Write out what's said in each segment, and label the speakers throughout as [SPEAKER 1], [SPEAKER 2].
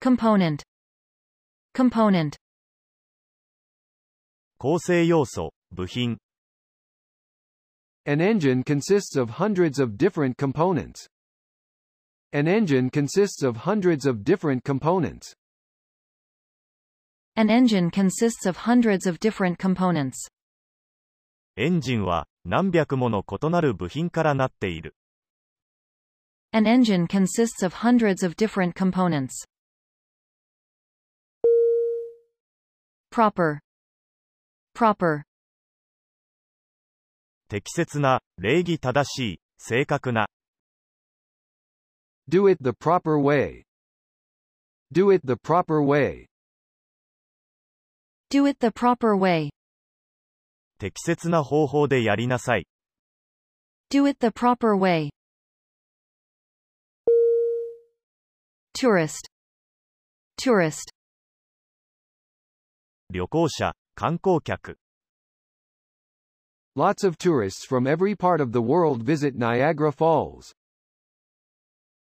[SPEAKER 1] component, component,
[SPEAKER 2] 構成要素、部品、
[SPEAKER 3] An engine consists of hundreds of different components. An engine consists of hundreds of different components.
[SPEAKER 1] an engine consists of hundreds of different components.
[SPEAKER 2] エンジンは何百もの異なる部品からなっている。
[SPEAKER 1] An engine consists of hundreds of different components. Proper, proper,
[SPEAKER 2] 適切な、礼儀正しい、正確な、
[SPEAKER 3] Do it the proper way. Do it the proper way.
[SPEAKER 1] do it the proper way,
[SPEAKER 2] 適切な方法でやりなさい。
[SPEAKER 1] do it the proper way. Tourist, tourist,
[SPEAKER 2] 旅行者、観光客、
[SPEAKER 3] Lots of tourists from every part of the world visit Niagara Falls.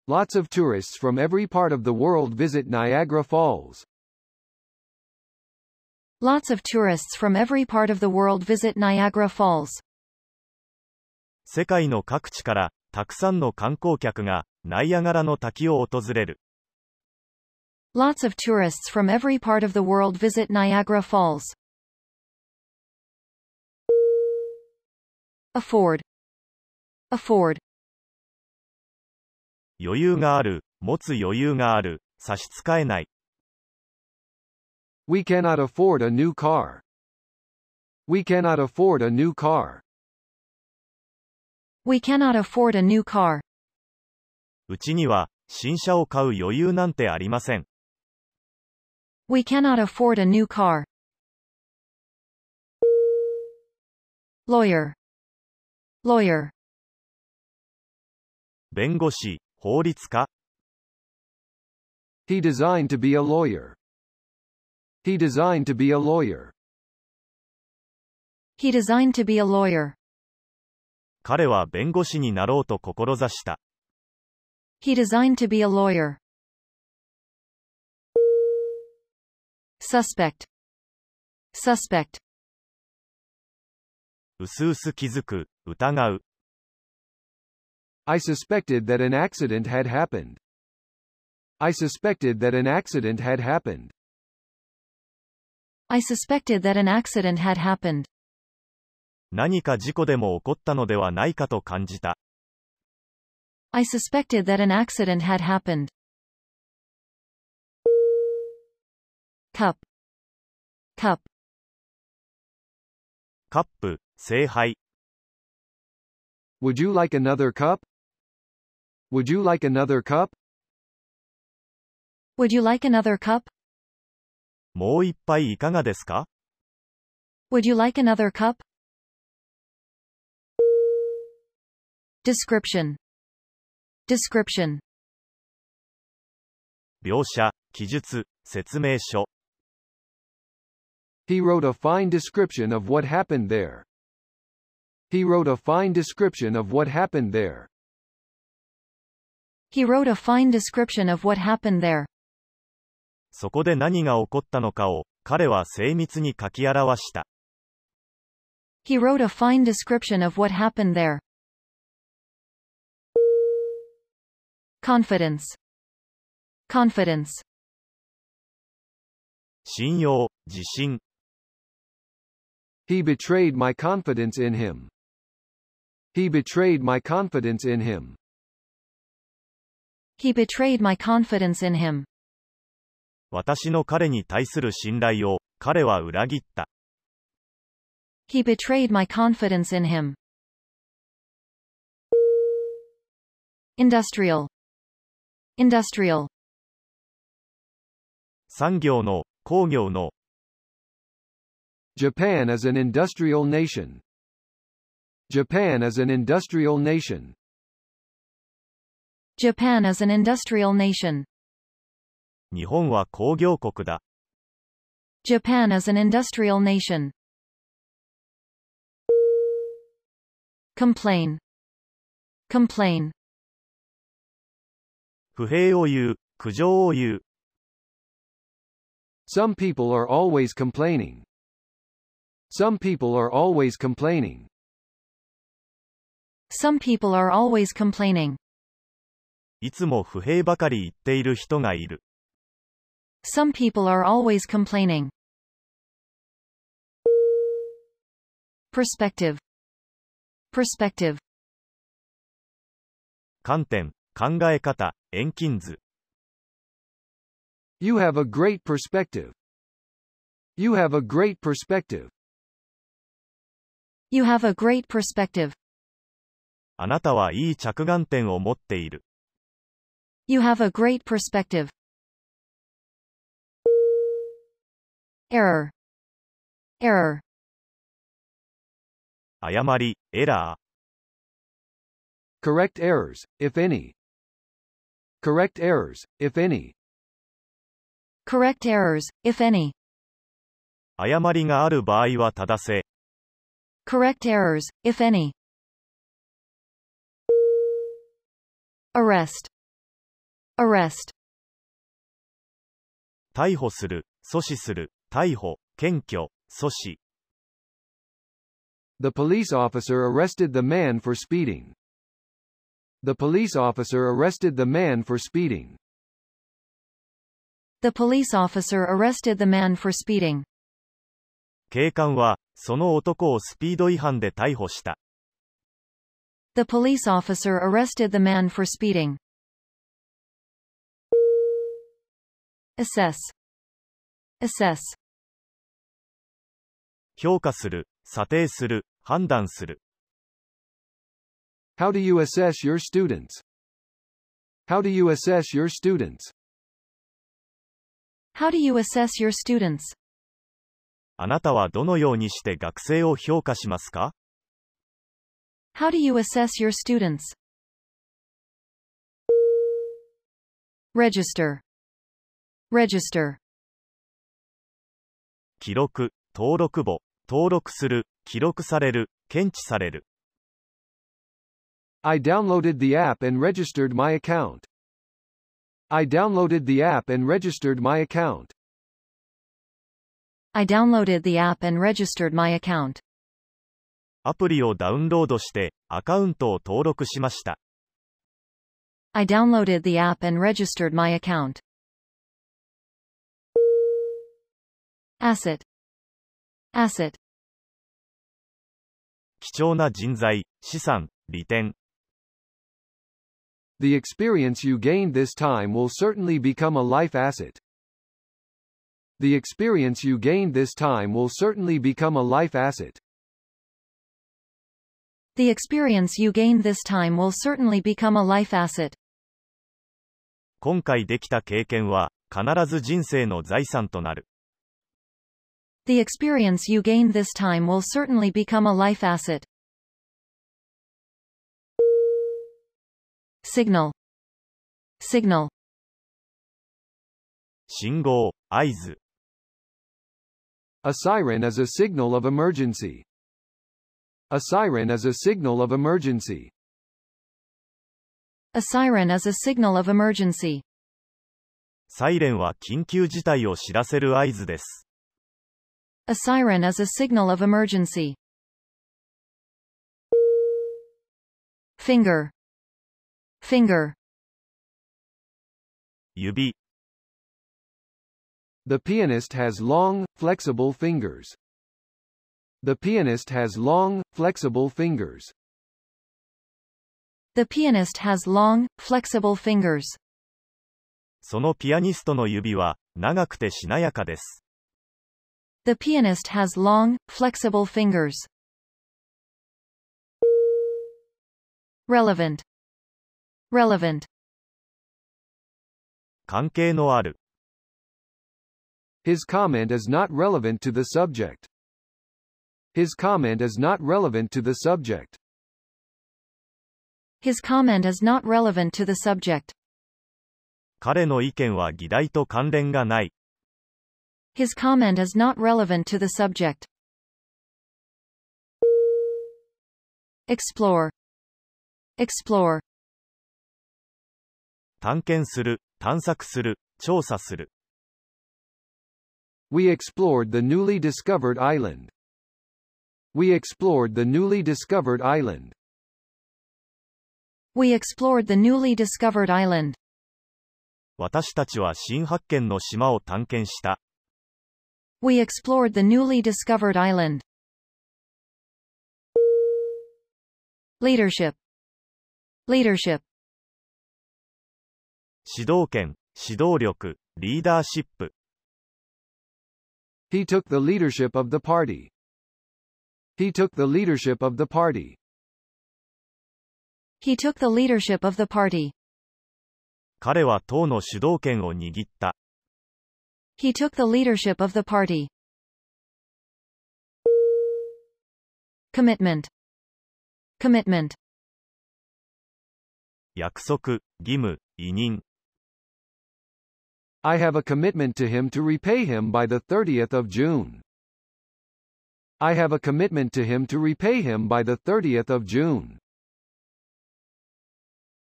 [SPEAKER 3] Lots of tourists from every part of the world visit Niagara Falls.
[SPEAKER 1] lots of tourists from every part of the world visit Niagara Falls.
[SPEAKER 2] 世界の各地から、たくさんの観光客が、ナイアガラの滝を訪れる。
[SPEAKER 1] Lots of tourists from every part of the world visit Niagara Falls. Afford. Afford.
[SPEAKER 2] 余裕がある、持つ余裕がある、差し支えない。
[SPEAKER 3] We cannot afford a new car. We cannot afford a new car.
[SPEAKER 1] We cannot afford a new car.
[SPEAKER 2] うちには、新車を買う余裕なんてありません。
[SPEAKER 1] We cannot afford a new car. Lawyer. Lawyer.
[SPEAKER 2] 弁護士、法律家、
[SPEAKER 3] He designed to be a lawyer. He designed to be a lawyer.
[SPEAKER 1] He designed to be a lawyer.
[SPEAKER 2] 彼は弁護士になろうと志した。
[SPEAKER 1] He designed to be a lawyer. Suspect. Suspect.
[SPEAKER 2] うすうす気づく、疑う、
[SPEAKER 3] I suspected that an accident had happened. I suspected that an accident had happened.
[SPEAKER 1] I suspected that an accident had happened.
[SPEAKER 2] 何か事故でも起こったのではないかと感じた。
[SPEAKER 1] I suspected that an accident had happened. Cup. Cup.
[SPEAKER 2] カップ、聖杯、
[SPEAKER 3] Would you like another cup? Would you like another cup?
[SPEAKER 1] Would you like another cup?
[SPEAKER 2] もう一杯いかがですか
[SPEAKER 1] Would you like another cup? Description. Description.
[SPEAKER 2] 描写、記述、説明書。
[SPEAKER 3] He wrote a fine description of what happened there. He wrote a fine description of what happened there.
[SPEAKER 1] He wrote a fine description of what happened there.
[SPEAKER 2] そこで何が起こったのかを、彼は精密に書き表した。
[SPEAKER 1] He wrote a fine description of what happened there. Confidence. Confidence.
[SPEAKER 2] 信用、自信、
[SPEAKER 3] He betrayed my confidence in him. He betrayed my confidence in him.
[SPEAKER 1] He betrayed my confidence in him.
[SPEAKER 2] 私の彼に対する信頼を、彼は裏切った。
[SPEAKER 1] He betrayed my confidence in him. Industrial. Industrial.
[SPEAKER 2] 産業の、工業の、
[SPEAKER 3] Japan is an industrial nation. Japan is an industrial nation.
[SPEAKER 1] Japan is an industrial nation.
[SPEAKER 2] 日本は工業国だ。
[SPEAKER 1] Japan is an industrial nation. Complain. Complain.
[SPEAKER 2] 不平を言う、苦情を言う、
[SPEAKER 3] Some people are always complaining. Some people are always complaining.
[SPEAKER 1] Some people are always complaining.
[SPEAKER 2] いつも不平ばかり言っている人がいる。
[SPEAKER 1] Some people are always complaining. Perspective. Perspective.
[SPEAKER 2] 観点、考え方、遠近図。
[SPEAKER 3] You have a great perspective. You have a great perspective.
[SPEAKER 1] You have a great perspective.
[SPEAKER 2] あなたはいい着眼点を持っている。
[SPEAKER 1] You have a great perspective. Error. Error.
[SPEAKER 2] 誤り、エラ
[SPEAKER 3] Correct errors, if any. Correct errors, if any.
[SPEAKER 1] Correct errors, if any.
[SPEAKER 2] ー。誤りがある場合は正せ。
[SPEAKER 1] Correct errors, if any. Arrest. Arrest.
[SPEAKER 2] 逮捕する、阻止する、逮捕、検挙、阻止。
[SPEAKER 3] The police officer arrested the man for speeding. The police officer arrested the man for speeding.
[SPEAKER 1] The police officer arrested the man for speeding.
[SPEAKER 2] 警官は、その男をスピード違反で逮捕した。
[SPEAKER 1] The police officer arrested the man for speeding. Assess. Assess.
[SPEAKER 2] 評価する、査定する、判断する。
[SPEAKER 3] How do you assess your students? How do you assess your students?
[SPEAKER 1] How do you assess your students?
[SPEAKER 2] あなたはどのようにして学生を評価しますか
[SPEAKER 1] How do you assess your students? Register. Register.
[SPEAKER 2] 記録、登録簿、登録する、記録される、検知される。
[SPEAKER 3] I downloaded the app and registered my account. I downloaded the app and registered my account.
[SPEAKER 1] I downloaded the app and registered my account.
[SPEAKER 2] アプリをダウンロードして、アカウントを登録しました。
[SPEAKER 1] I downloaded the app and registered my account. Asset. Asset.
[SPEAKER 2] 貴重な人材、資産、利点。
[SPEAKER 3] The experience you gained this time will certainly become a life asset. The experience you gained this time will certainly become a life asset.
[SPEAKER 1] The experience you gained this time will certainly become a life asset.
[SPEAKER 2] 今回できた経験は、必ず人生の財産となる。
[SPEAKER 1] The experience you gained this time will certainly become a life asset. Signal. Signal.
[SPEAKER 2] 信号、合図。
[SPEAKER 3] A siren is a signal of emergency. A siren is a signal of emergency.
[SPEAKER 1] A siren is a signal of emergency.
[SPEAKER 2] サイレンは緊急事態を知らせる合図です。
[SPEAKER 1] A siren is a signal of emergency. Finger. Finger.
[SPEAKER 2] 指、
[SPEAKER 3] The pianist has long, flexible fingers. The pianist has long, flexible fingers.
[SPEAKER 1] The pianist has long, flexible fingers.
[SPEAKER 2] そのピアニストの指は、長くてしなやかです。
[SPEAKER 1] The pianist has long, flexible fingers. Relevant. Relevant.
[SPEAKER 2] 関係のある。
[SPEAKER 3] His comment is not relevant to the subject. His comment is not relevant to the subject.
[SPEAKER 1] His comment is not relevant to the subject.
[SPEAKER 2] 彼の意見は議題と関連がない。
[SPEAKER 1] His comment is not relevant to the subject. Explore. Explore.
[SPEAKER 2] 探検する、探索する、調査する。
[SPEAKER 3] We explored the newly discovered island. We explored the newly discovered island.
[SPEAKER 1] We explored the newly discovered island.
[SPEAKER 2] 私たちは新発見の島を探検した。
[SPEAKER 1] We explored the newly discovered island. Leadership. Leadership.
[SPEAKER 2] 指導権、指導力、リーダーシップ。
[SPEAKER 3] He took the leadership of the party. He took the leadership of the party.
[SPEAKER 1] He took the leadership of the party.
[SPEAKER 2] 彼は党の主導権を握った。
[SPEAKER 1] He took the leadership of the party. Commitment. Commitment.
[SPEAKER 2] 約束、義務、委任。
[SPEAKER 3] I have a commitment to him to repay him by the 30th of June. I have a commitment to him to repay him by the 30th of June.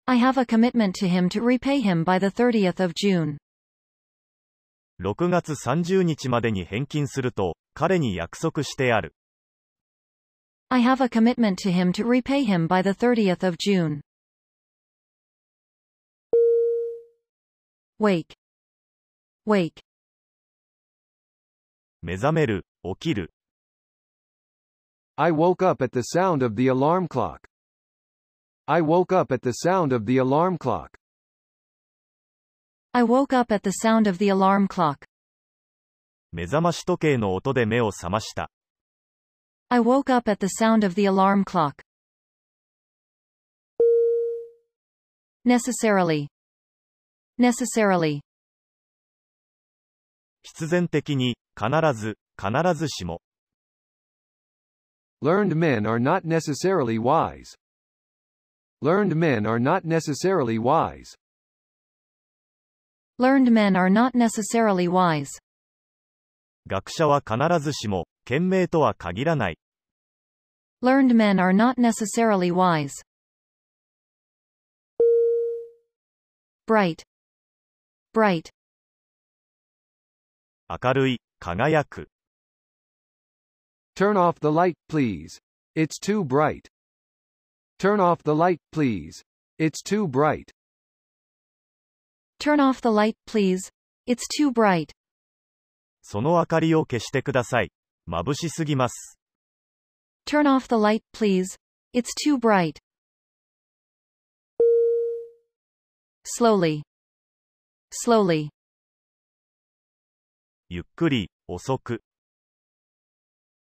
[SPEAKER 1] I have a commitment to him to repay him by the 30th of June.
[SPEAKER 2] 6月30日までに返金すると、彼に約束してある。
[SPEAKER 1] I have a commitment to him to repay him by the 30th of June. Wake. Wake.
[SPEAKER 2] 目覚める、起きる。
[SPEAKER 3] I woke up at the sound of the alarm clock. I woke up at the sound of the alarm clock.
[SPEAKER 1] I woke up at the sound of the alarm clock.
[SPEAKER 2] 目覚まし時計の音で目を覚ました。
[SPEAKER 1] I woke up at the sound of the alarm clock. Necessarily. Necessarily.
[SPEAKER 2] 必然的に、必ず、必ずしも。
[SPEAKER 3] Learned men are not necessarily wise. Learned men are not necessarily wise.
[SPEAKER 1] Learned men are not necessarily wise.
[SPEAKER 2] 学者は必ずしも、賢明とは限らない。
[SPEAKER 1] Learned men are not necessarily wise. Bright. Bright.
[SPEAKER 2] 明るい、輝く。
[SPEAKER 3] Turn off the light, please. It's too bright. Turn off the light, please. It's too bright.
[SPEAKER 1] Turn off the light, please. It's too bright.
[SPEAKER 2] その明かりを消してください。眩しすぎます。
[SPEAKER 1] Turn off the light, please. It's too bright. Slowly. Slowly.
[SPEAKER 2] ゆっくり、遅く。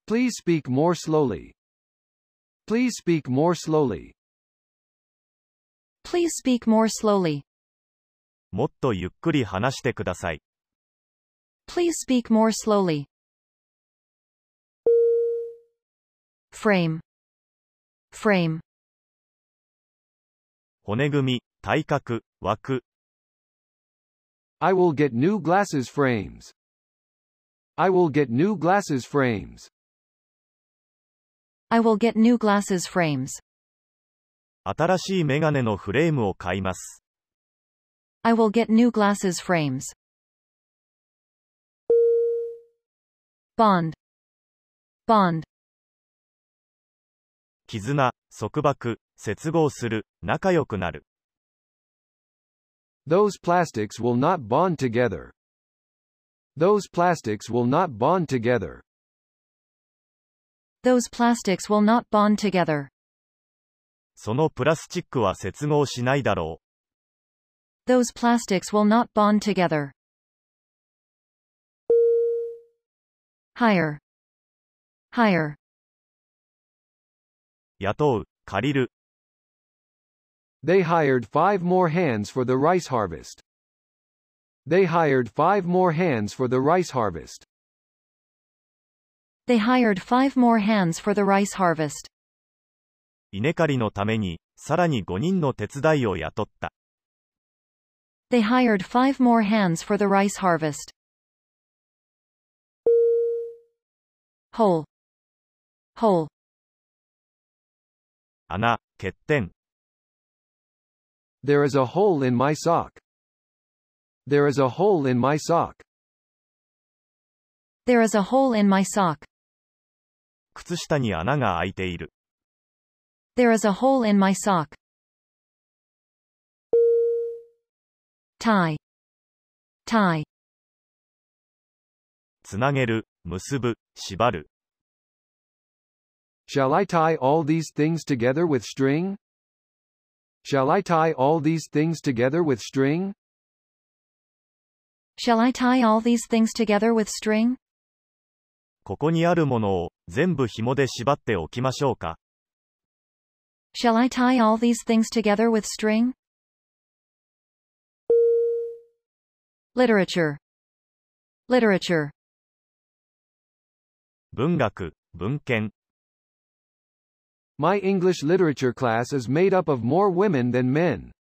[SPEAKER 3] Please speak more slowly. Please speak more slowly.
[SPEAKER 1] Please speak more slowly.
[SPEAKER 2] もっとゆっくり話してください。
[SPEAKER 1] Please speak more slowly. Frame. Frame.
[SPEAKER 2] 骨組み、体格、枠。
[SPEAKER 3] I will get new glasses frames. I will get new glasses frames.
[SPEAKER 1] I will get new glasses frames.
[SPEAKER 2] 新しいメガネのフレームを買います。
[SPEAKER 1] I will get new glasses frames. Bond. Bond.
[SPEAKER 2] 絆、束縛、接合する、仲良くなる。
[SPEAKER 3] Those plastics will not bond together. Those plastics will not bond together.
[SPEAKER 1] Those plastics will not bond together.
[SPEAKER 2] そのプラスチックは接合しないだろ
[SPEAKER 1] Those plastics will not bond together. Hire. Hire.
[SPEAKER 2] う。雇う、借りる。
[SPEAKER 3] They hired five more hands for the rice harvest. They hired five more hands for the rice harvest.
[SPEAKER 1] They hired five more hands for the rice harvest.
[SPEAKER 2] 稲刈りのために、さらに5人の手伝いを雇った。
[SPEAKER 1] They hired five more hands for the rice harvest. Hole. Hole.
[SPEAKER 2] 穴、欠点。
[SPEAKER 3] There is a hole in my sock. There is a hole in my sock.
[SPEAKER 1] There is a hole in my sock.
[SPEAKER 2] 靴下に穴が開いている。
[SPEAKER 1] There is a hole in my sock. Tie. Tie.
[SPEAKER 2] つなげる、結ぶ、縛る。
[SPEAKER 3] Shall I tie all these things together with string? Shall I tie all these things together with string?
[SPEAKER 1] Shall I tie all these things together with string?
[SPEAKER 2] ここにあるものを全部紐で縛っておきましょうか。
[SPEAKER 1] Shall I tie all these things together with string? Literature. Literature.
[SPEAKER 2] 文学、文献。
[SPEAKER 3] My English literature class is made up of more women than men.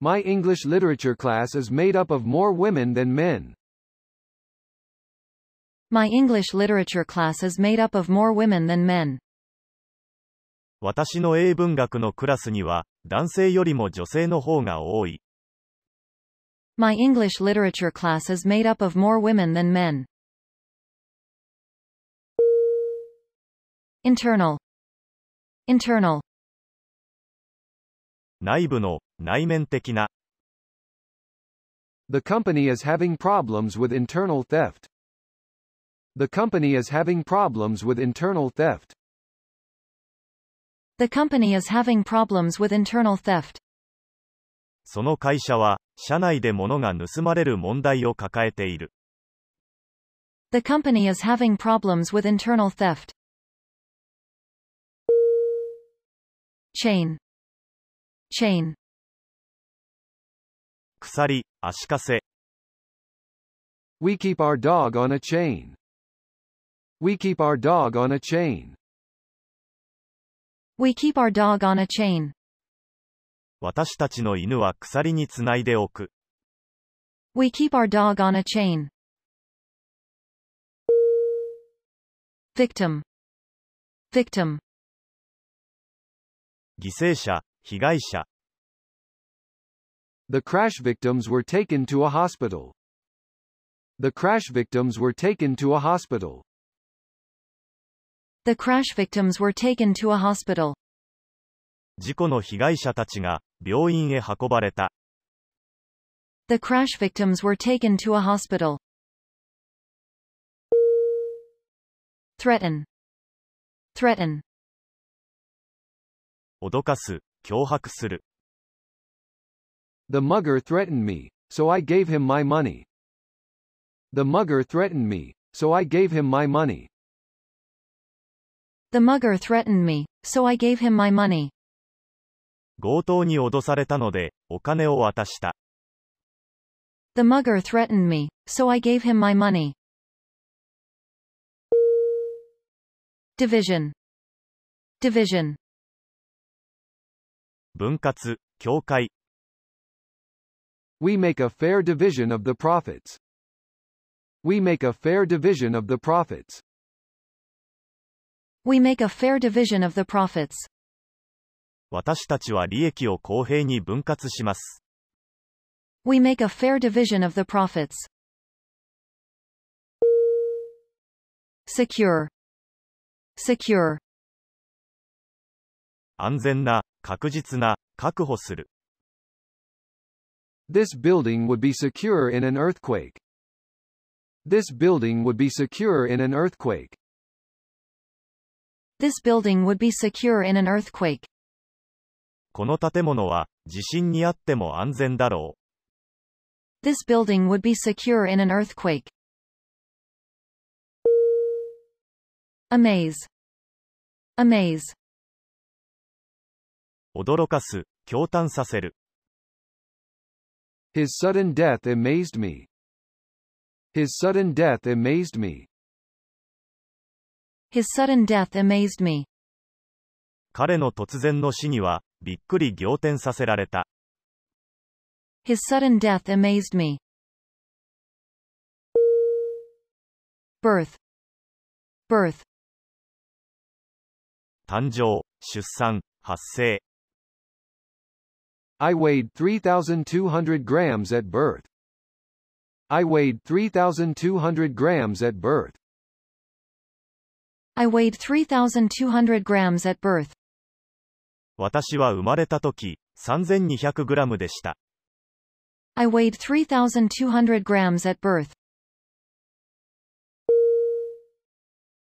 [SPEAKER 3] My English literature class is made up of more women than men.
[SPEAKER 1] My English literature class is made up of more women than men.
[SPEAKER 2] 私の英文学のクラスには、男性よりも女性の方が多い。
[SPEAKER 1] My English literature class is made up of more women than men. Internal. Internal.
[SPEAKER 2] 内部の、内面的な、
[SPEAKER 3] The company is having problems with internal theft. The company is having problems with internal theft.
[SPEAKER 1] The company is having problems with internal theft.
[SPEAKER 2] その会社は、社内で物が盗まれる問題を抱えている。
[SPEAKER 1] The company is having problems with internal theft. Chain. Chain.
[SPEAKER 2] 鎖、足かせ、
[SPEAKER 3] We keep our dog on a chain. We keep our dog on a chain.
[SPEAKER 1] We keep our dog on a chain.
[SPEAKER 2] 私たちの犬は鎖につないでおく。
[SPEAKER 1] We keep our dog on a chain. Victim. Victim.
[SPEAKER 2] 犠牲者、被害者、
[SPEAKER 3] The crash victims were taken to a hospital. The crash victims were taken to a hospital.
[SPEAKER 1] The crash victims were taken to a hospital.
[SPEAKER 2] 事故の被害者たちが、病院へ運ばれた。
[SPEAKER 1] The crash victims were taken to a hospital. Threaten. Threaten.
[SPEAKER 2] 脅かす、脅迫する。
[SPEAKER 3] The mugger threatened me, so I gave him my money. The mugger threatened me, so I gave him my money.
[SPEAKER 1] The mugger threatened me, so I gave him my money.
[SPEAKER 2] 強盗に脅されたので、お金を渡した。
[SPEAKER 1] The mugger threatened me, so I gave him my money. Division. Division.
[SPEAKER 2] 分割、境界、
[SPEAKER 3] We make a fair division of the profits. We make a fair division of the profits.
[SPEAKER 1] We make a fair division of the profits.
[SPEAKER 2] 私たちは利益を公平に分割します。
[SPEAKER 1] We make a fair division of the profits. Secure. Secure.
[SPEAKER 2] 安全な、確実な、確保する。
[SPEAKER 3] This building would be secure in an earthquake. This building would be secure in an earthquake.
[SPEAKER 1] This building would be secure in an earthquake.
[SPEAKER 2] この建物は、地震にあっても安全だろう。
[SPEAKER 1] This building would be secure in an earthquake. Amaze. Amaze.
[SPEAKER 2] 驚かす、驚嘆させる。
[SPEAKER 3] His sudden death amazed me. His sudden death amazed me.
[SPEAKER 1] His sudden death amazed me.
[SPEAKER 2] 彼の突然の死には、びっくり仰天させられた。
[SPEAKER 1] His sudden death amazed me. Birth. Birth.
[SPEAKER 2] 誕生、出産、発生。
[SPEAKER 3] I weighed 3,200 grams at birth. I weighed 3,200 grams at birth.
[SPEAKER 1] I weighed 3,200 grams at birth.
[SPEAKER 2] 私は生まれた時、3200グラムでした。
[SPEAKER 1] I weighed 3,200 grams at birth.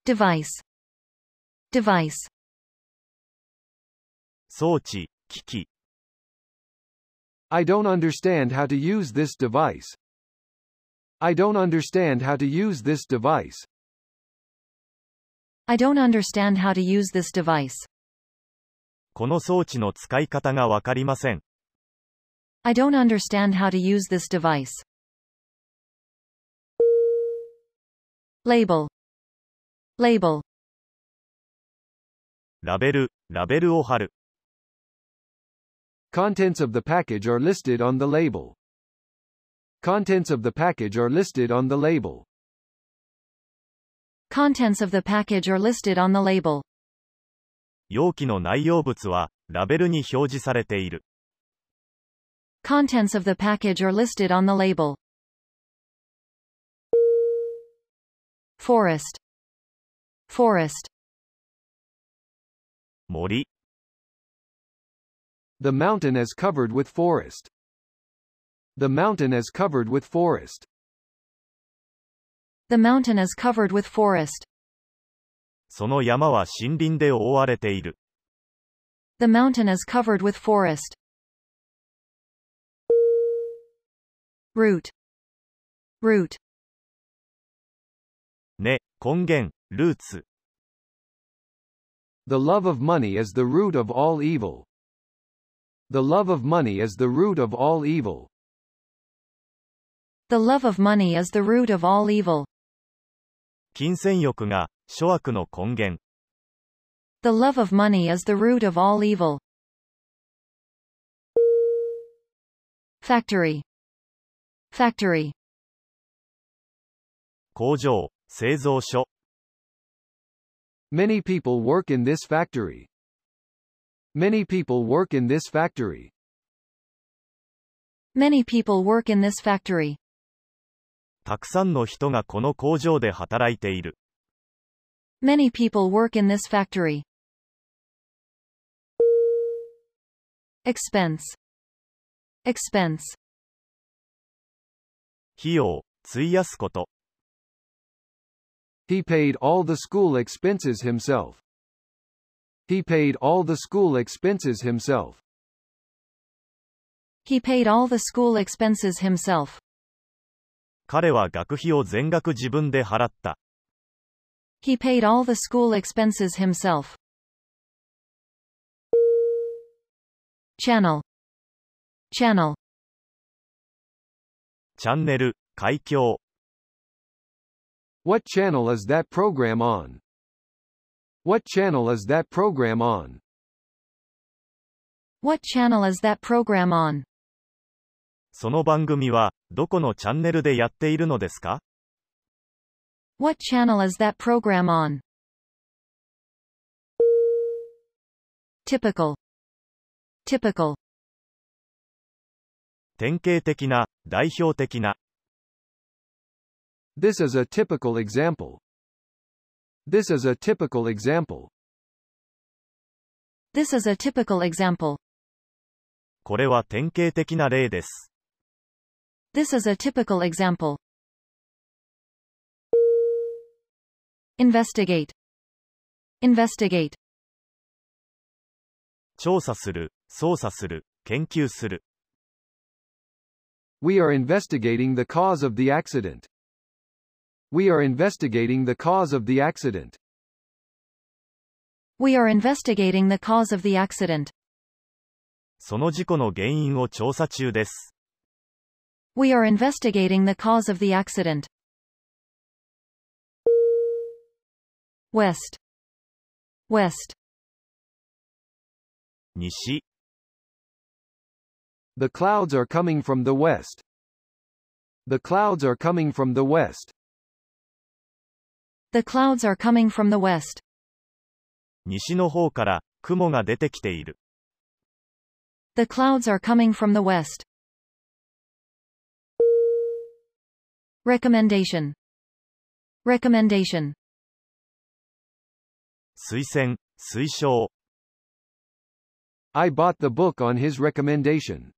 [SPEAKER 1] Device. Device.
[SPEAKER 2] 装置、機器、
[SPEAKER 3] I don't understand how to use this device. I don't understand how to use this device.
[SPEAKER 1] I don't understand how to use this device.
[SPEAKER 2] この装置の使い方がわかりません。
[SPEAKER 1] I don't understand how to use this device. Label. Label.
[SPEAKER 2] ラベル、ラベルを貼る。
[SPEAKER 3] Contents of the package are listed on the label. Contents of the package are listed on the label.
[SPEAKER 1] Contents of the package are listed on the label.
[SPEAKER 2] 容器の内容物は、ラベルに表示されている。
[SPEAKER 1] Contents of the package are listed on the label. Forest. Forest.
[SPEAKER 2] 森、
[SPEAKER 3] The mountain is covered with forest. The mountain is covered with forest.
[SPEAKER 1] The mountain is covered with forest.
[SPEAKER 2] その山は森林で覆われている。
[SPEAKER 1] The mountain is covered with forest. Root. Root.
[SPEAKER 2] 根、根源、ルーツ。
[SPEAKER 3] The love of money is the root of all evil. The love of money is the root of all evil.
[SPEAKER 1] The love of money is the root of all evil.
[SPEAKER 2] 金銭欲が、諸悪の根源。
[SPEAKER 1] The love of money is the root of all evil. Factory. Factory.
[SPEAKER 2] 工場、製造所。
[SPEAKER 3] Many people work in this factory. Many people work in this factory.
[SPEAKER 1] Many people work in this factory.
[SPEAKER 2] たくさんの人がこの工場で働いている。
[SPEAKER 1] Many people work in this factory. Expense. Expense.
[SPEAKER 2] 費用、費やすこと。
[SPEAKER 3] He paid all the school expenses himself. He paid all the school expenses himself.
[SPEAKER 1] He paid all the school expenses himself.
[SPEAKER 2] 彼は学費を全額自分で払った。
[SPEAKER 1] He paid all the school expenses himself. Channel. Channel.
[SPEAKER 2] チャンネル、海峡。
[SPEAKER 3] What channel is that program on? What channel is that program on?
[SPEAKER 1] What channel is that program on?
[SPEAKER 2] その番組は、どこのチャンネルでやっているのですか
[SPEAKER 1] What channel is that program on? Typical. Typical.
[SPEAKER 2] 典型的な、代表的な、
[SPEAKER 3] This is a typical example. This is a typical example.
[SPEAKER 1] This is a typical example.
[SPEAKER 2] これは典型的な例です。
[SPEAKER 1] This is a typical example. Investigate. Investigate.
[SPEAKER 2] 調査する、捜査する、研究する。
[SPEAKER 3] We are investigating the cause of the accident. We are investigating the cause of the accident.
[SPEAKER 1] We are investigating the cause of the accident.
[SPEAKER 2] その事故の原因を調査中です。
[SPEAKER 1] We are investigating the cause of the accident. West. West.
[SPEAKER 2] 西、
[SPEAKER 3] The clouds are coming from the west. The clouds are coming from the west.
[SPEAKER 1] The clouds are coming from the west.
[SPEAKER 2] 西の方から、雲が出てきている。
[SPEAKER 1] The clouds are coming from the west. Recommendation. Recommendation.
[SPEAKER 2] 推薦、推奨、
[SPEAKER 3] I bought the book on his recommendation.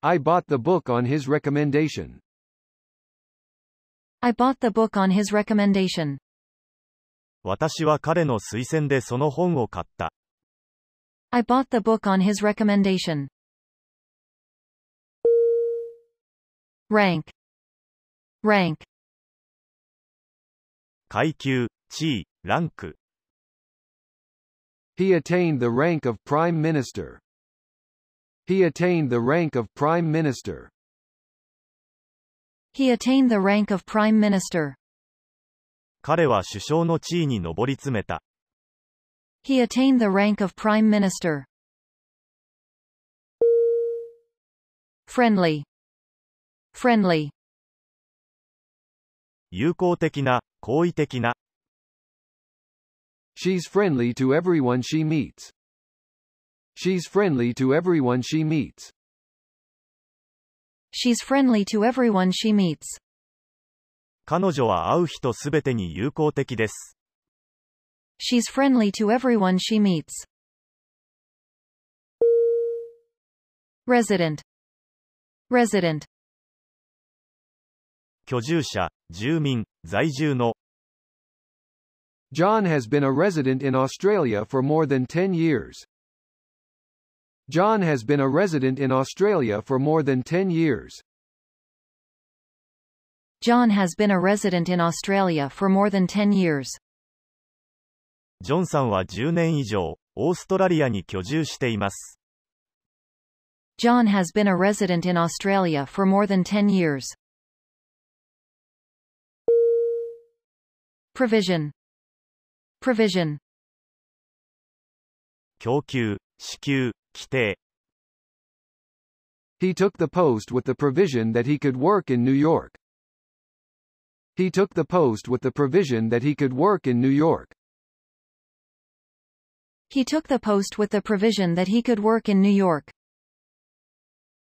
[SPEAKER 3] I bought the book on his recommendation.
[SPEAKER 1] I bought the book on his recommendation.
[SPEAKER 2] 私は彼の推薦でその本を買った。
[SPEAKER 1] I bought the book on his recommendation. Rank. Rank.
[SPEAKER 2] 階級、地位、ランク。
[SPEAKER 3] He attained the rank of prime minister. He attained the rank of prime minister.
[SPEAKER 1] He attained the rank of prime minister.
[SPEAKER 2] 彼は首相の地位に上り詰めた。
[SPEAKER 1] He attained the rank of prime minister. Friendly. Friendly.
[SPEAKER 2] 友好的な、好意的な、
[SPEAKER 3] She's friendly to everyone she meets. She's friendly to everyone she meets.
[SPEAKER 1] She's friendly to everyone she meets.
[SPEAKER 2] 彼女は会う人すべてに友好的です。
[SPEAKER 1] She's friendly to everyone she meets. Resident. Resident.
[SPEAKER 2] 居住者、住民、在住の、
[SPEAKER 3] John has been a resident in Australia for more than 10 years. John has been a resident in Australia for more than 10 years.
[SPEAKER 1] John has been a resident in Australia for more than 10 years.
[SPEAKER 2] ジョンさんは10年以上、オーストラリアに居住しています。
[SPEAKER 1] John has been a resident in Australia for more than 10 years. Provision. Provision.
[SPEAKER 2] 供給、支給、規定。
[SPEAKER 3] He took the post with the provision that he could work in New York. He took the post with the provision that he could work in New York.
[SPEAKER 1] He took the post with the provision that he could work in New York.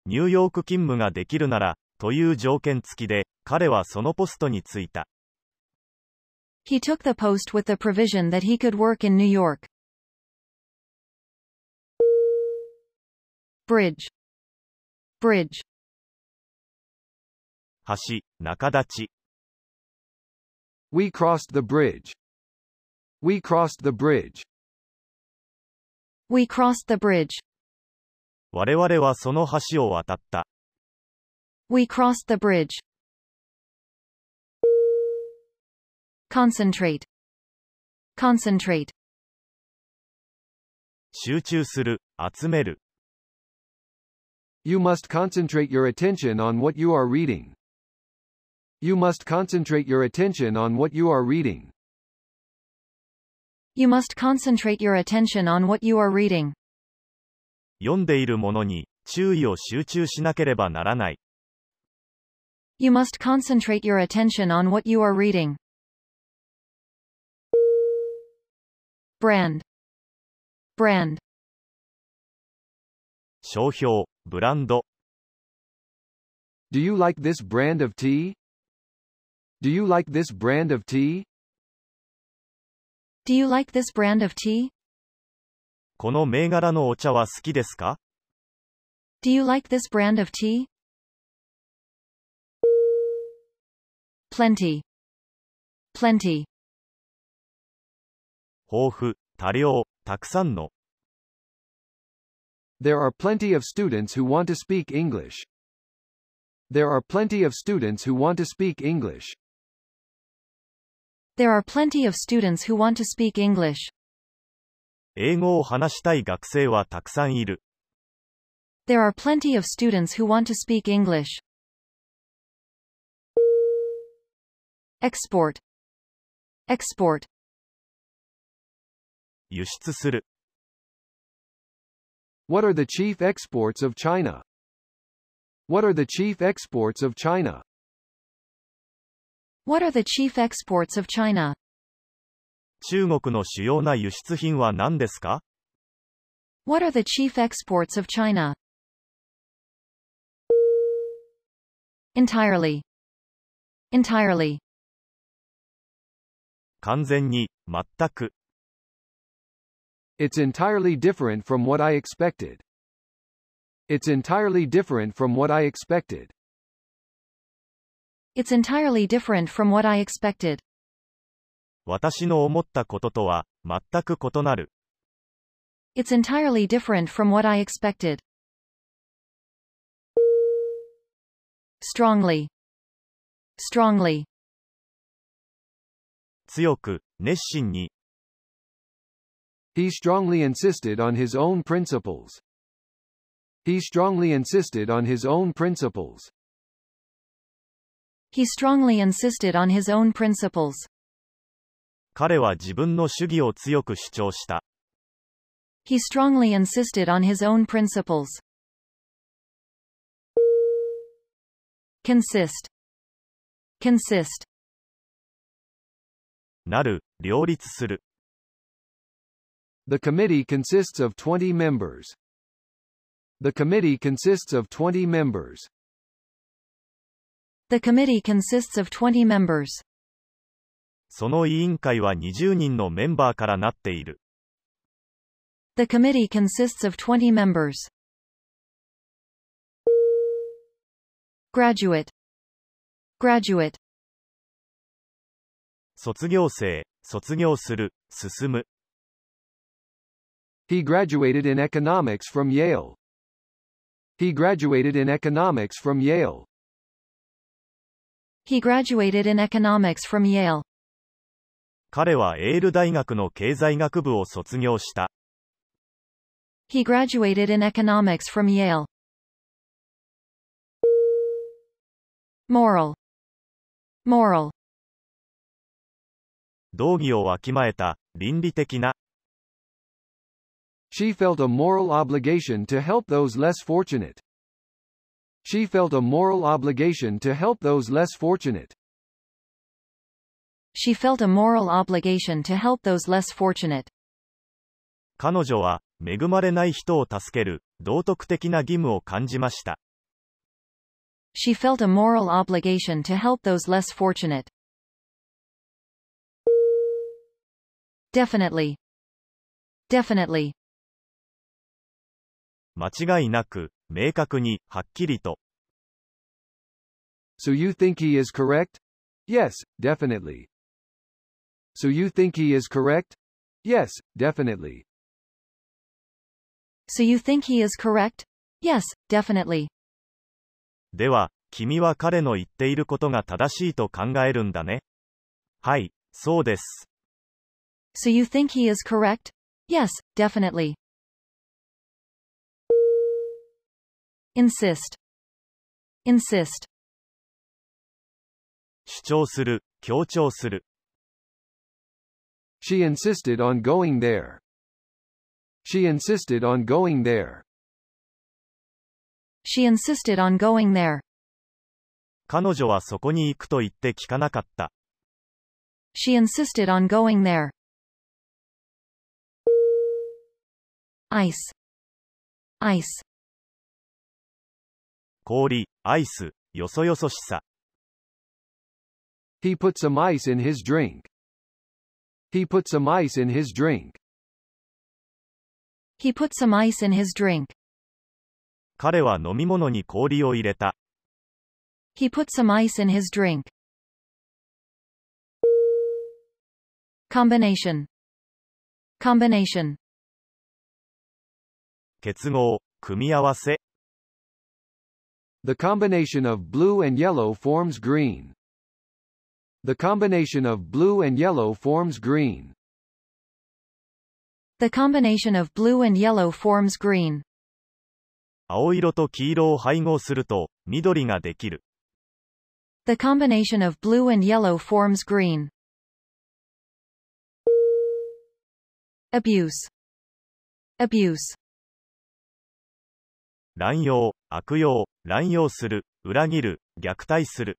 [SPEAKER 2] ニューヨーク勤務ができるなら、という条件付きで、彼はそのポストに就いた。
[SPEAKER 1] He took the post with the provision that he could work in New York. Bridge. Bridge.
[SPEAKER 2] 橋、中立ち。
[SPEAKER 3] We crossed the bridge. We crossed the bridge.
[SPEAKER 1] We crossed the bridge.
[SPEAKER 2] 我々はその橋を渡った。
[SPEAKER 1] We crossed the bridge. Concentrate. Concentrate.
[SPEAKER 2] 集中する、集める。
[SPEAKER 3] You must concentrate your attention on what you are reading. You must concentrate your attention on what you are reading.
[SPEAKER 1] You must concentrate your attention on what you are reading.
[SPEAKER 2] 読んでいるものに、注意を集中しなければならない。
[SPEAKER 1] You must concentrate your attention on what you are reading. Brand. Brand.
[SPEAKER 2] 商標、ブランド。
[SPEAKER 3] Do you like this brand of tea? Do you like this brand of tea?
[SPEAKER 1] Do you like this brand of tea?
[SPEAKER 2] この銘柄のお茶は好きですか
[SPEAKER 1] Do you like this brand of tea? Plenty. Plenty.
[SPEAKER 2] 豊富、多量、たくさんの。
[SPEAKER 3] There are plenty of students who want to speak English. There are plenty of students who want to speak English.
[SPEAKER 1] There are plenty of students who want to speak English.
[SPEAKER 2] 英語を話したい学生はたくさんいる。
[SPEAKER 1] There are plenty of students who want to speak English. Export. Export.
[SPEAKER 2] 輸出する。
[SPEAKER 3] What are the chief exports of China? What are the chief exports of China?
[SPEAKER 1] What are the chief exports of China?
[SPEAKER 2] 中国の主要な輸出品は何ですか
[SPEAKER 1] What are the chief exports of China? Entirely. entirely,
[SPEAKER 2] 完全に、全く、
[SPEAKER 3] It's entirely different from what I expected. It's entirely different from what I expected.
[SPEAKER 1] it's entirely different from what I expected.
[SPEAKER 2] 私の思ったこととは、全く異なる、
[SPEAKER 1] It's entirely different from what I expected. Strongly. Strongly.
[SPEAKER 2] 強く、熱心に、
[SPEAKER 3] He strongly insisted on his own principles. He strongly insisted on his own principles.
[SPEAKER 1] He strongly insisted on his own principles.
[SPEAKER 2] 彼は自分の主義を強く主張した、
[SPEAKER 1] He strongly insisted on his own principles. Consist. Consist.
[SPEAKER 2] なる、両立する、
[SPEAKER 3] The committee consists of 20 members. The committee consists of 20 members.
[SPEAKER 1] The committee consists of 20 members.
[SPEAKER 2] その委員会は20人のメンバーからなっている、
[SPEAKER 1] The committee consists of 20 members. Graduate. Graduate.
[SPEAKER 2] 卒業生、卒業する、進む、
[SPEAKER 3] He graduated in economics from Yale. He graduated in economics from Yale.
[SPEAKER 1] He graduated in economics from Yale.
[SPEAKER 2] 彼はエール大学の経済学部を卒業した、
[SPEAKER 1] He graduated in economics from Yale. Moral. Moral.
[SPEAKER 2] 道義をわきまえた、倫理的な、
[SPEAKER 3] She felt a moral obligation to help those less fortunate. She felt a moral obligation to help those less fortunate.
[SPEAKER 1] She felt a moral obligation to help those less fortunate.
[SPEAKER 2] 彼女は、恵まれない人を助ける、道徳的な義務を感じました。
[SPEAKER 1] She felt a moral obligation to help those less fortunate. Definitely. Definitely.
[SPEAKER 2] 間違いなく、明確に、はっきりと、
[SPEAKER 3] So you think he is correct? Yes, definitely. So you think he is correct? Yes, definitely.
[SPEAKER 1] So you think he is correct? Yes, definitely.
[SPEAKER 2] では、君は彼の言っていることが正しいと考えるんだね。はい、そうです。
[SPEAKER 1] So you think he is correct? Yes, definitely. Insist. Insist.
[SPEAKER 2] 主張する、強調する。
[SPEAKER 3] She insisted on going there. She insisted on going there.
[SPEAKER 1] She insisted on going there.
[SPEAKER 2] 彼女はそこに行くと言って聞かなかった。
[SPEAKER 1] She insisted on going there. Ice. Ice.
[SPEAKER 2] 氷、アイス、よそよそしさ。
[SPEAKER 3] He put some ice in his drink. He put some ice in his drink.
[SPEAKER 1] He put some ice in his drink.
[SPEAKER 2] 彼は飲み物に氷を入れた。
[SPEAKER 1] He put some ice in his drink. Combination. Combination.
[SPEAKER 2] 結合、組み合わせ。
[SPEAKER 3] The combination of blue and yellow forms green. The combination of blue and yellow forms green.
[SPEAKER 1] The combination of blue and yellow forms green.
[SPEAKER 2] 青色と黄色を配合すると、緑ができる。
[SPEAKER 1] The combination of blue and yellow forms green. Abuse. Abuse.
[SPEAKER 2] 乱用、悪用、乱用する、裏切る、虐待する。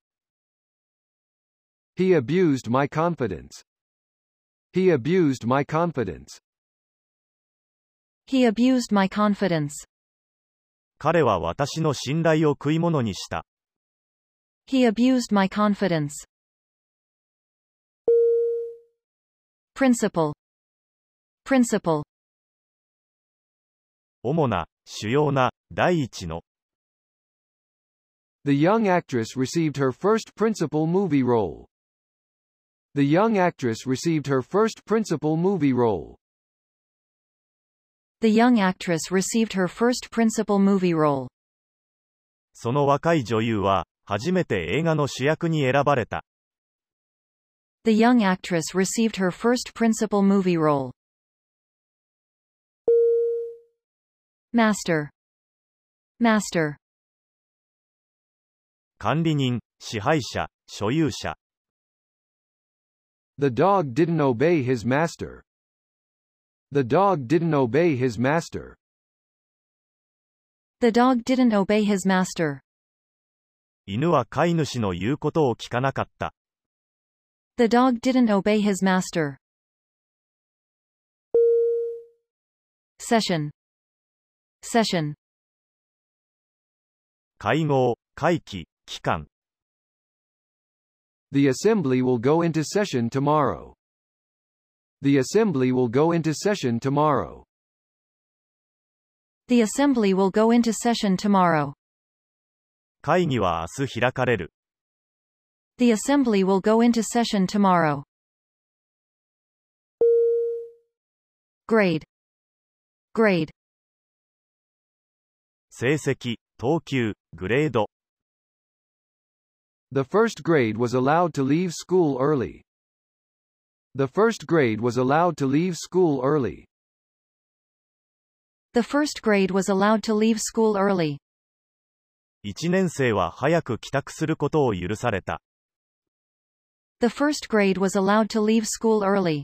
[SPEAKER 3] He abused my confidence. He abused my confidence.
[SPEAKER 1] He abused my confidence.
[SPEAKER 2] 彼は私の信頼を食い物にした。
[SPEAKER 1] He abused my confidence. Principal. Principal.
[SPEAKER 2] 主な、主要な、第一の、
[SPEAKER 3] The young actress received her first principal movie role. The young actress received her first principal movie role.
[SPEAKER 1] The young actress received her first principal movie role.
[SPEAKER 2] その若い女優は、初めて映画の主役に選ばれた。
[SPEAKER 1] The young actress received her first principal movie role. Master. Master.
[SPEAKER 2] 管理人、支配者、所有者。
[SPEAKER 3] The dog didn't obey his master. The dog didn't obey his master.
[SPEAKER 1] The dog didn't obey his master.
[SPEAKER 2] 犬は飼い主の言うことを聞かなかった。
[SPEAKER 1] The dog didn't obey his master. Session. Session.
[SPEAKER 2] 会合、会期、期間。
[SPEAKER 3] The assembly will go into session tomorrow. The assembly will go into session tomorrow.
[SPEAKER 1] The assembly will go into session tomorrow.
[SPEAKER 2] 会議は明日開かれる。
[SPEAKER 1] The assembly will go into session tomorrow. Grade. Grade.
[SPEAKER 2] 成績、等級、グレード。
[SPEAKER 3] The first grade was allowed to leave school early. The first grade was allowed to leave school early.
[SPEAKER 1] The first grade was allowed to leave school early.
[SPEAKER 2] 1年生は早く帰宅することを許された。
[SPEAKER 1] The first grade was allowed to leave school early.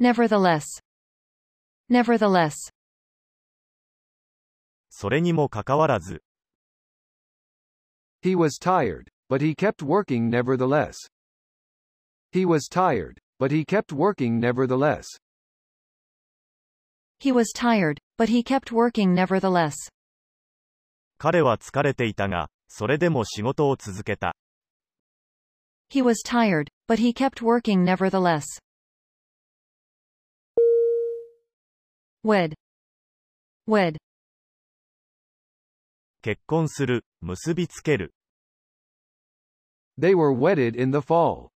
[SPEAKER 1] Nevertheless. Nevertheless.
[SPEAKER 2] それにもかかわらず、
[SPEAKER 3] He was tired, but he kept working nevertheless. He was tired, but he kept working nevertheless.
[SPEAKER 1] He was tired, but he kept working nevertheless.
[SPEAKER 2] 彼は疲れていたが、それでも仕事を続けた。
[SPEAKER 1] He was tired, but he kept working nevertheless. Wed. Wed.
[SPEAKER 2] 結婚する、結びつける。
[SPEAKER 3] They were wedded in the fall.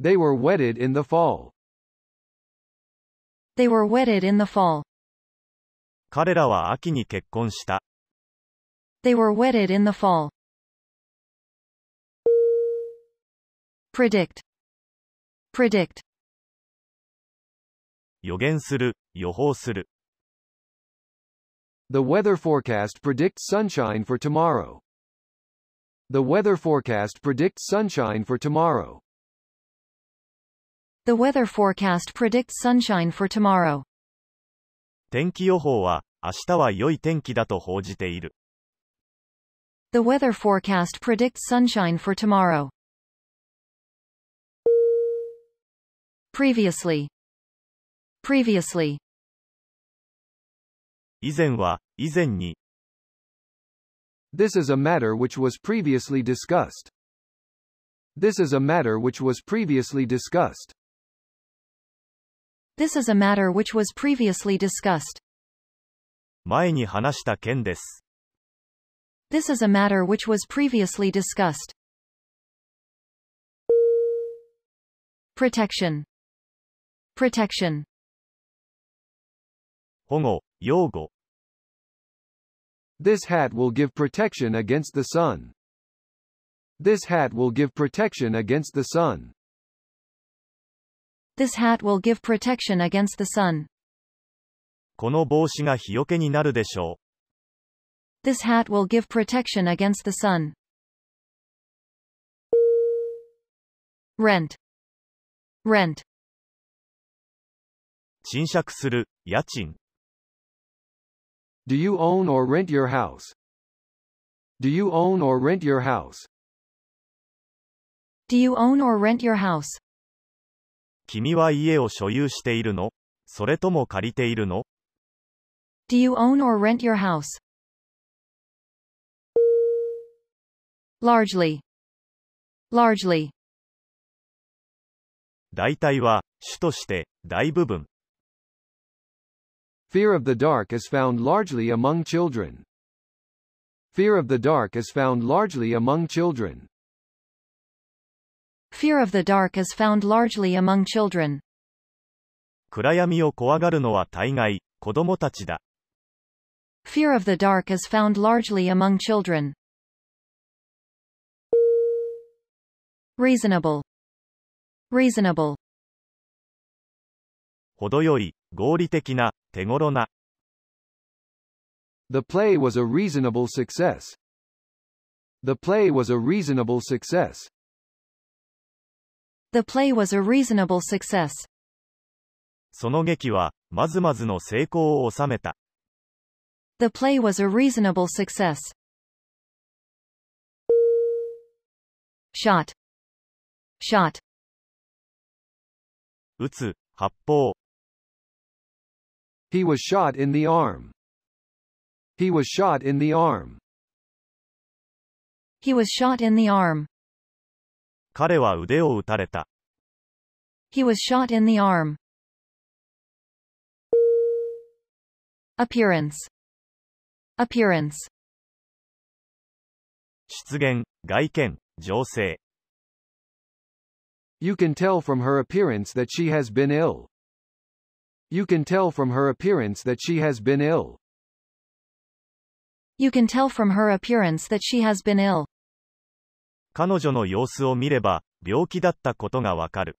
[SPEAKER 3] They were wedded in the fall.
[SPEAKER 1] They were wedded in the fall.
[SPEAKER 2] 彼らは秋に結婚した。
[SPEAKER 1] They were wedded in the fall. Predict. Predict.
[SPEAKER 2] 予言する、予報する。
[SPEAKER 3] The weather forecast predicts sunshine for tomorrow. The weather forecast predicts sunshine for tomorrow.
[SPEAKER 1] The weather forecast predicts sunshine for tomorrow.
[SPEAKER 2] 天気予報は、明日は良い天気だと報じている。
[SPEAKER 1] The weather forecast predicts sunshine for tomorrow. Previously. Previously.
[SPEAKER 2] 以前は、以前に、
[SPEAKER 3] This is a matter which was previously discussed. This is a matter which was previously discussed.
[SPEAKER 1] This is a matter which was previously discussed.
[SPEAKER 2] 前に話した件です。
[SPEAKER 1] This is a matter which was previously discussed. Protection. Protection.
[SPEAKER 2] 保護、擁護。
[SPEAKER 3] This hat will give protection against the sun. This hat will give protection against the sun.
[SPEAKER 1] This hat will give protection against the sun.
[SPEAKER 2] この帽子が日よけになるでしょう。
[SPEAKER 1] This hat will give protection against the sun. Rent. Rent.
[SPEAKER 2] 賃借する、家賃。
[SPEAKER 3] Do you own or rent your house? Do you own or rent your house?
[SPEAKER 1] Do you own or rent your house?
[SPEAKER 2] 君は家を所有しているのそれとも借りているの
[SPEAKER 1] Do you own or rent your house? largely, largely,
[SPEAKER 2] 大体は、主として、大部分。
[SPEAKER 3] Fear of the dark is found largely among children. Fear of the dark is found largely among children.
[SPEAKER 1] fear of the dark is found largely among children.
[SPEAKER 2] 暗闇を怖がるのは大概、子供たちだ。
[SPEAKER 1] Fear of the dark is found largely among children. Reasonable. Reasonable.
[SPEAKER 2] 程よい、合理的な、手頃な。
[SPEAKER 3] The play was a reasonable success. The play was a reasonable success.
[SPEAKER 1] The play was a reasonable success.
[SPEAKER 2] その劇は、まずまずの成功を収めた。
[SPEAKER 1] The play was a reasonable success. Shot. Shot.
[SPEAKER 2] 撃つ、発砲。
[SPEAKER 3] He was shot in the arm. He was shot in the arm.
[SPEAKER 1] He was shot in the arm.
[SPEAKER 2] 彼は腕を撃たれた。
[SPEAKER 1] He was shot in the arm. Appearance. Appearance.
[SPEAKER 2] 出現、外見、情勢。
[SPEAKER 3] You can tell from her appearance that she has been ill. You can tell from her appearance that she has been ill.
[SPEAKER 1] You can tell from her appearance that she has been ill.
[SPEAKER 2] 彼女の様子を見れば、病気だったことがわかる。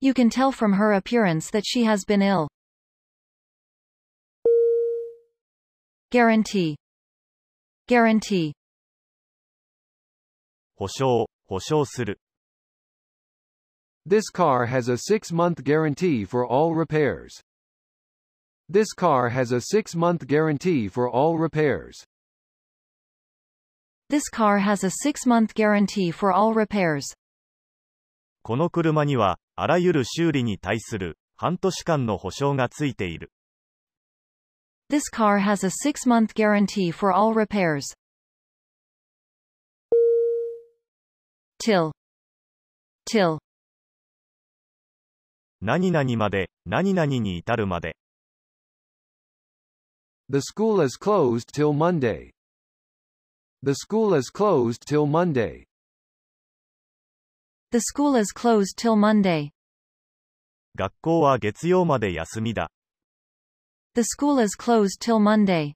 [SPEAKER 1] You can tell from her appearance that she has been ill. Guarantee. Guarantee.
[SPEAKER 2] 保証、保証する。
[SPEAKER 3] This car has a six-month guarantee for all repairs. This car has a six-month guarantee for all repairs.
[SPEAKER 1] This car has a six month guarantee for all repairs.
[SPEAKER 2] この車には、あらゆる修理に対する、半年間の保証がついている。
[SPEAKER 1] This car has a six month guarantee for all repairs. Till. Till.
[SPEAKER 2] 何々まで、何々に至るまで。
[SPEAKER 3] The school is closed till Monday. The school is closed till Monday.
[SPEAKER 1] The school is closed till Monday.
[SPEAKER 2] 学校は月曜まで休みだ。
[SPEAKER 1] The school is closed till Monday.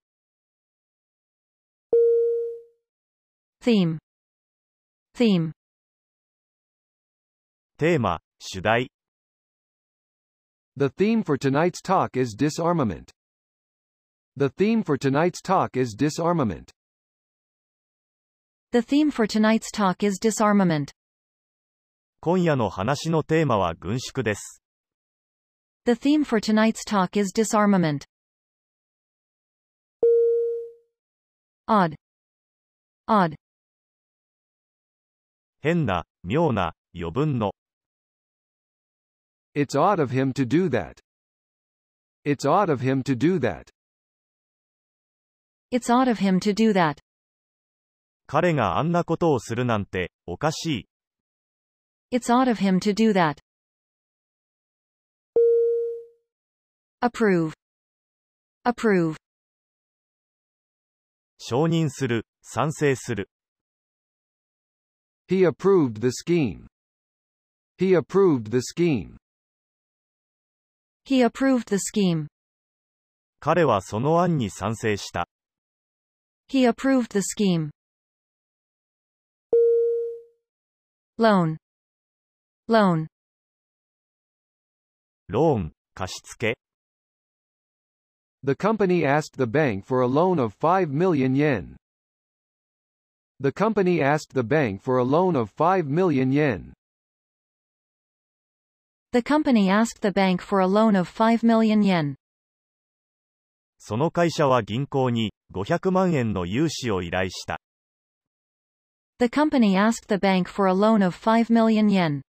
[SPEAKER 1] Theme. Theme.
[SPEAKER 2] テーマ、主題。
[SPEAKER 3] The theme for tonight's talk is disarmament. The theme for tonight's talk is disarmament.
[SPEAKER 1] The theme for tonight's talk is disarmament.
[SPEAKER 2] 今夜の話のテーマは軍縮です。
[SPEAKER 1] The theme for tonight's talk is disarmament. Odd. Odd.
[SPEAKER 2] 変な、妙な、余分の。
[SPEAKER 3] It's odd of him to do that. It's odd of him to do that.
[SPEAKER 1] It's odd of him to do that.
[SPEAKER 2] 彼があんなことをするなんて、おかしい。
[SPEAKER 1] It's odd of him to do that. Approve. Approve.
[SPEAKER 2] 承認する、賛成する。
[SPEAKER 3] He approved the scheme. He approved the scheme.
[SPEAKER 1] He approved the scheme.
[SPEAKER 2] 彼はその案に賛成した。
[SPEAKER 1] He approved the scheme. Loan. Loan.
[SPEAKER 2] ローン、貸付。
[SPEAKER 3] The company asked the bank for a loan of 5 million yen. The company asked the bank for a loan of 5 million yen.
[SPEAKER 1] The company asked the bank for a loan of 5 million yen.
[SPEAKER 2] その会社は銀行に、500万円の融資を依頼した。
[SPEAKER 1] The company asked the bank for a loan of 5 million yen.